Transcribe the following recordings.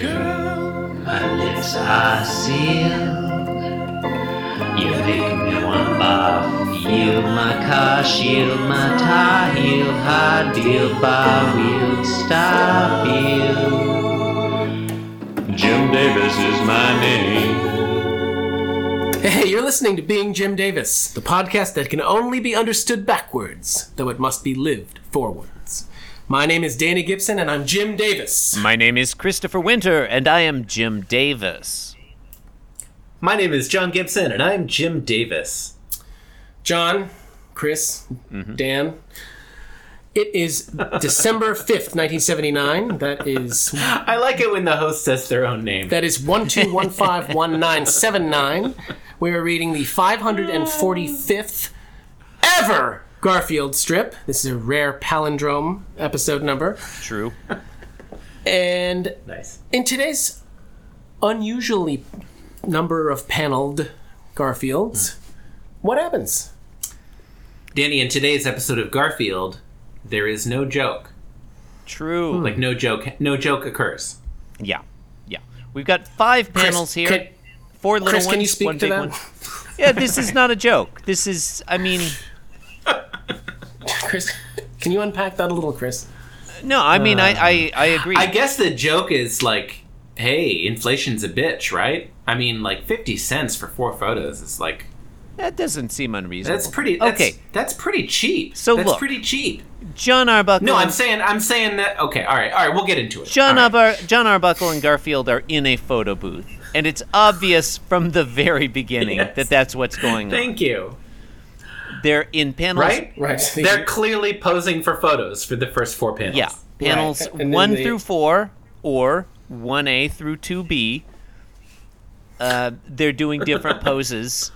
Girl, my lips are sealed. You make me want bath. Yield my car, shield my tie, heel, high deal, bar wheel, stop heel. Jim Davis is my name. Hey, you're listening to Being Jim Davis, the podcast that can only be understood backwards, though it must be lived forwards. My name is Danny Gibson, and I'm Jim Davis. My name is Christopher Winter, and I am Jim Davis. My name is John Gibson, and I'm Jim Davis. John, Chris, Dan. It is December 5th, 1979. That is I like it when the host says their own name. that is 12151979. We are reading the 545th ever Garfield strip. This is a rare palindrome episode number. True. And Nice. In today's unusually number of paneled Garfields, what happens? Danny, in today's episode of Garfield, there is no joke. Hmm. True. Like no joke, no joke occurs. yeah. Yeah. We've got five panels here. can- four little Chris, ones, can you one speak to big that? one. Yeah, this is not a joke. This is I mean, Chris, can you unpack that a little, Chris? no, I mean I, I I agree. I guess the joke is like, hey, inflation's a bitch, right? I mean, like fifty cents for four photos is like that doesn't seem unreasonable. that's pretty. That's, Okay, that's pretty cheap. So that's look. pretty cheap. John Arbuckle. No, I'm and- saying, I'm saying that. Okay, all right, all right. We'll get into it. John, All right. Arbar- John Arbuckle and Garfield are in a photo booth, and it's obvious from the very beginning Yes. that that's what's going on. Thank you. They're in panels. Right. Right. They're clearly posing for photos for the first four panels. Yeah, panels And then one they- through four or one A through two B. Uh, they're doing different poses,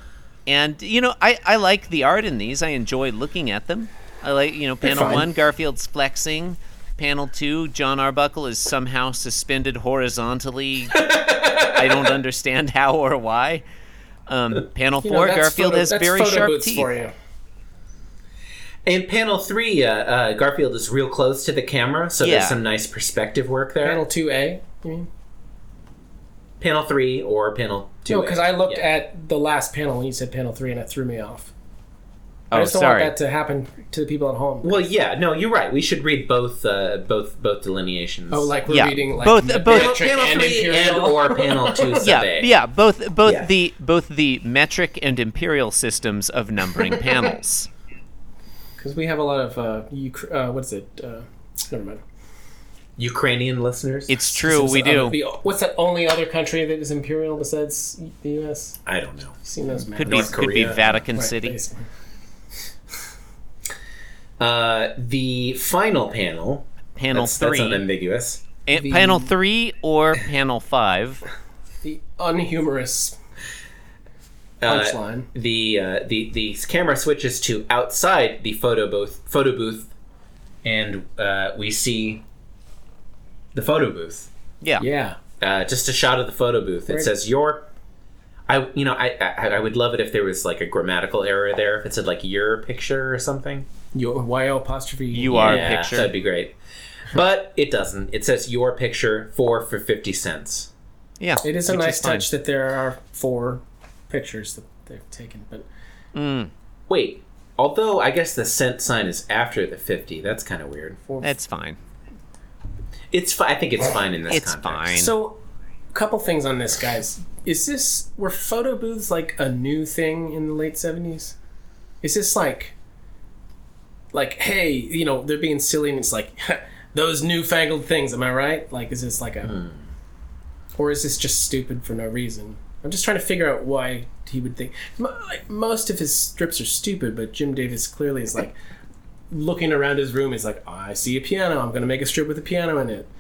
and you know I, I like the art in these. I enjoy looking at them. I like you know panel fine. one Garfield's flexing, panel two John Arbuckle is somehow suspended horizontally. I don't understand how or why. Um, panel You know, four that's Garfield photo- has that's very photo sharp booths teeth. For you. In panel three, uh, uh, Garfield is real close to the camera, so Yeah. there's some nice perspective work there. Panel Panel, two A. You mean? three or panel two. No, because I looked Yeah. at the last panel when you said panel three, and it threw me off. I Oh, just don't sorry. want that to happen to the people at home. Well, yeah, no, you're right. We should read both, uh, both, both delineations. Oh, like we're Yeah. reading like Both- metric both- panel, panel and three imperial. and or panel two. yeah, someday. yeah, both both Yeah. the both the metric and imperial systems of numbering panels. because we have a lot of uh, Ukr- uh what's it? Uh, never mind. Ukrainian listeners. It's true, What's we the other- do. the- what's that only other country that is imperial besides the U.S.? I don't know. You've seen those maps. Could be North could be Korea. Vatican Right, City. basically. Uh, the final panel. Panel That's, that's three, unambiguous. Eh, panel three or panel five. The unhumorous Uh, punchline. the uh, the the camera switches to outside the photo booth photo booth, and uh, we see the photo booth. Yeah. yeah. Uh, just a shot of the photo booth. It Right. says your. I you know I, I I would love it if there was like a grammatical error there if it said like your picture or something. Your YO apostrophe. You are yeah, picture. that'd be great. But it doesn't. It says your picture four for fifty cents. Yeah. It is a which nice fine. touch that there are four pictures that they've taken, but Wait, although I guess the cent sign is after the fifty. That's kind of weird. four. That's fine. It's fi- I think it's fine in this. It's context. fine. so, a couple things on this, guys. Is this were photo booths like a new thing in the late seventies? Is this like, like, hey, you know, they're being silly, and it's like those newfangled things. Am I right? Like, is this like a, or is this just stupid for no reason? I'm just trying to figure out why he would think. Mo- Like, most of his strips are stupid, but Jim Davis clearly is like looking around his room. He's like, I see a piano. I'm going to make a strip with a piano in it.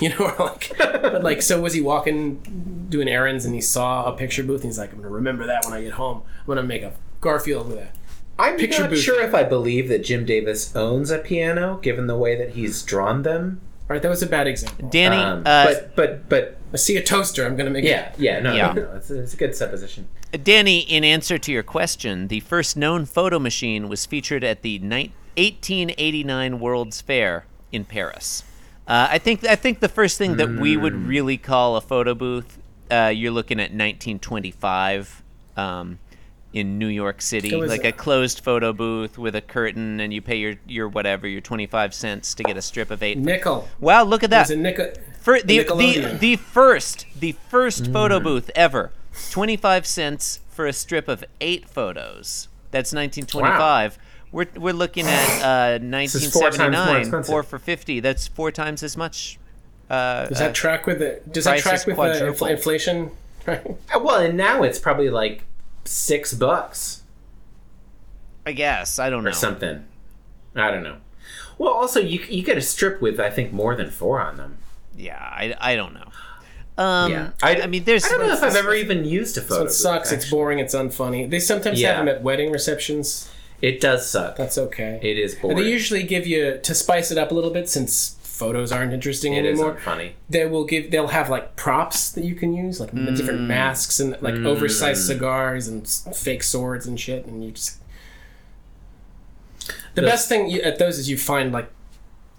You know, or like, but like, so was he walking, doing errands, and he saw a picture booth, and he's like, I'm gonna remember that when I get home. I'm gonna make a Garfield with that. I'm Picture not booth. sure if I believe that Jim Davis owns a piano, given the way that he's drawn them. All right, that was a bad example. Danny, Um, uh, but but but I see a toaster. I'm gonna make it. yeah yeah no Yeah. no, no it's, it's a good supposition. Danny, in answer to your question, the first known photo machine was featured at the ni- 1889 World's Fair in Paris. Uh, I think I think the first thing that we would really call a photo booth, uh, you're looking at 1925 um, in New York City, It was- like a closed photo booth with a curtain, and you pay your, your whatever your 25 cents to get a strip of eight. Nickel. Wow, look at that! It's a nickel. Fir- the, the, Nickelodeon. the first the first Mm. photo booth ever 25 cents for a strip of eight photos that's 1925 we're, we're looking at uh, is four times more 1979 expensive. four for 50 that's four times as much uh, Does that track with the? Does price that track is with the infl- quadrupled. inflation? Uh, Well, and now it's probably like six bucks i guess i don't know or something. I don't know. Well, also you you get a strip with I think more than four on them. yeah I, I don't know um, Yeah. I, I mean there's I don't know if I've ever even used a photo. So it sucks. booth, It's boring. It's unfunny. They sometimes Yeah. have them at wedding receptions. actually. it does suck. That's okay. It is boring. And they usually give you to spice it up a little bit since photos aren't interesting it is anymore. funny. They will give. They'll have like props that you can use, like the Mm. different masks and like oversized cigars and s- fake swords and shit. And you just the Yes. best thing you, at those is you find like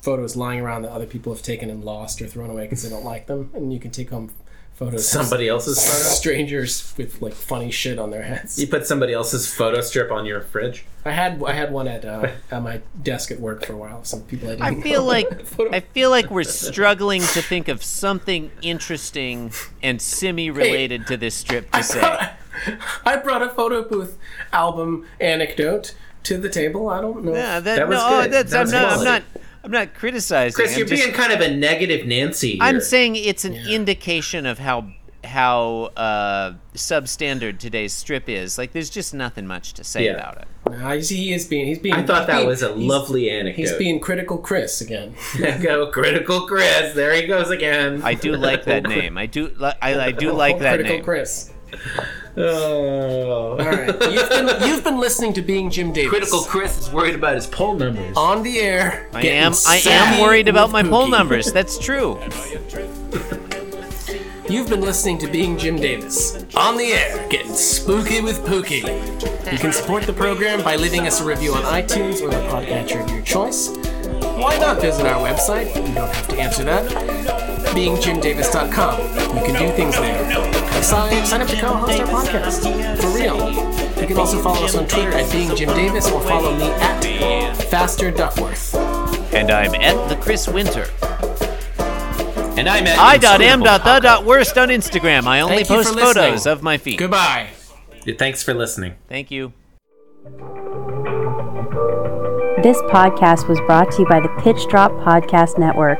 photos lying around that other people have taken and lost or thrown away because they don't like them, and you can take home photos. of Somebody else's photo. strangers with like funny shit on their heads. You put somebody else's photo strip on your fridge. I had I had one at uh, at my desk at work for a while. Some people I didn't. I feel know. like Photo- I feel like we're struggling to think of something interesting and semi-related to this strip to say. I brought a photo booth album anecdote to the table. I don't know. Yeah, that, That was no, oh, good. that's, That I'm was not, I'm quality. not, I'm not criticizing. Chris, I'm you're just- being kind of a negative Nancy here. I'm saying it's an indication of how how uh, substandard today's strip is. Like, there's just nothing much to say Yeah. about it. Nah, he's- he is being. He's being. I thought that he's- was a he's- lovely anecdote. He's being critical, Chris again. Go critical Chris. There he goes again. I do like that name. I do, li- I, I do like that critical name. Chris. Oh. All right, you've been you've been listening to Being Jim Davis. Critical Chris is worried about his poll numbers. Uh, on the air. I am, I am worried about my poll numbers. That's true. You've been listening to Being Jim Davis on the air, getting spooky with Pookie. You can support the program by leaving us a review on iTunes or the podcatcher of your choice. Why not visit our website? You don't have to answer that. BeingJimDavis.com. You can do things there. Sign, sign up to co-host our podcast. For real. You can also follow us on Twitter at Being Jim Davis or follow me at Faster Duckworth. And I'm at the Chris Winter. And I'm at I dot am dot the dot worst on Instagram. I only Thank you for post listening. photos of my feet. Goodbye. Thanks for listening. Thank you. This podcast was brought to you by the Pitch Drop Podcast Network.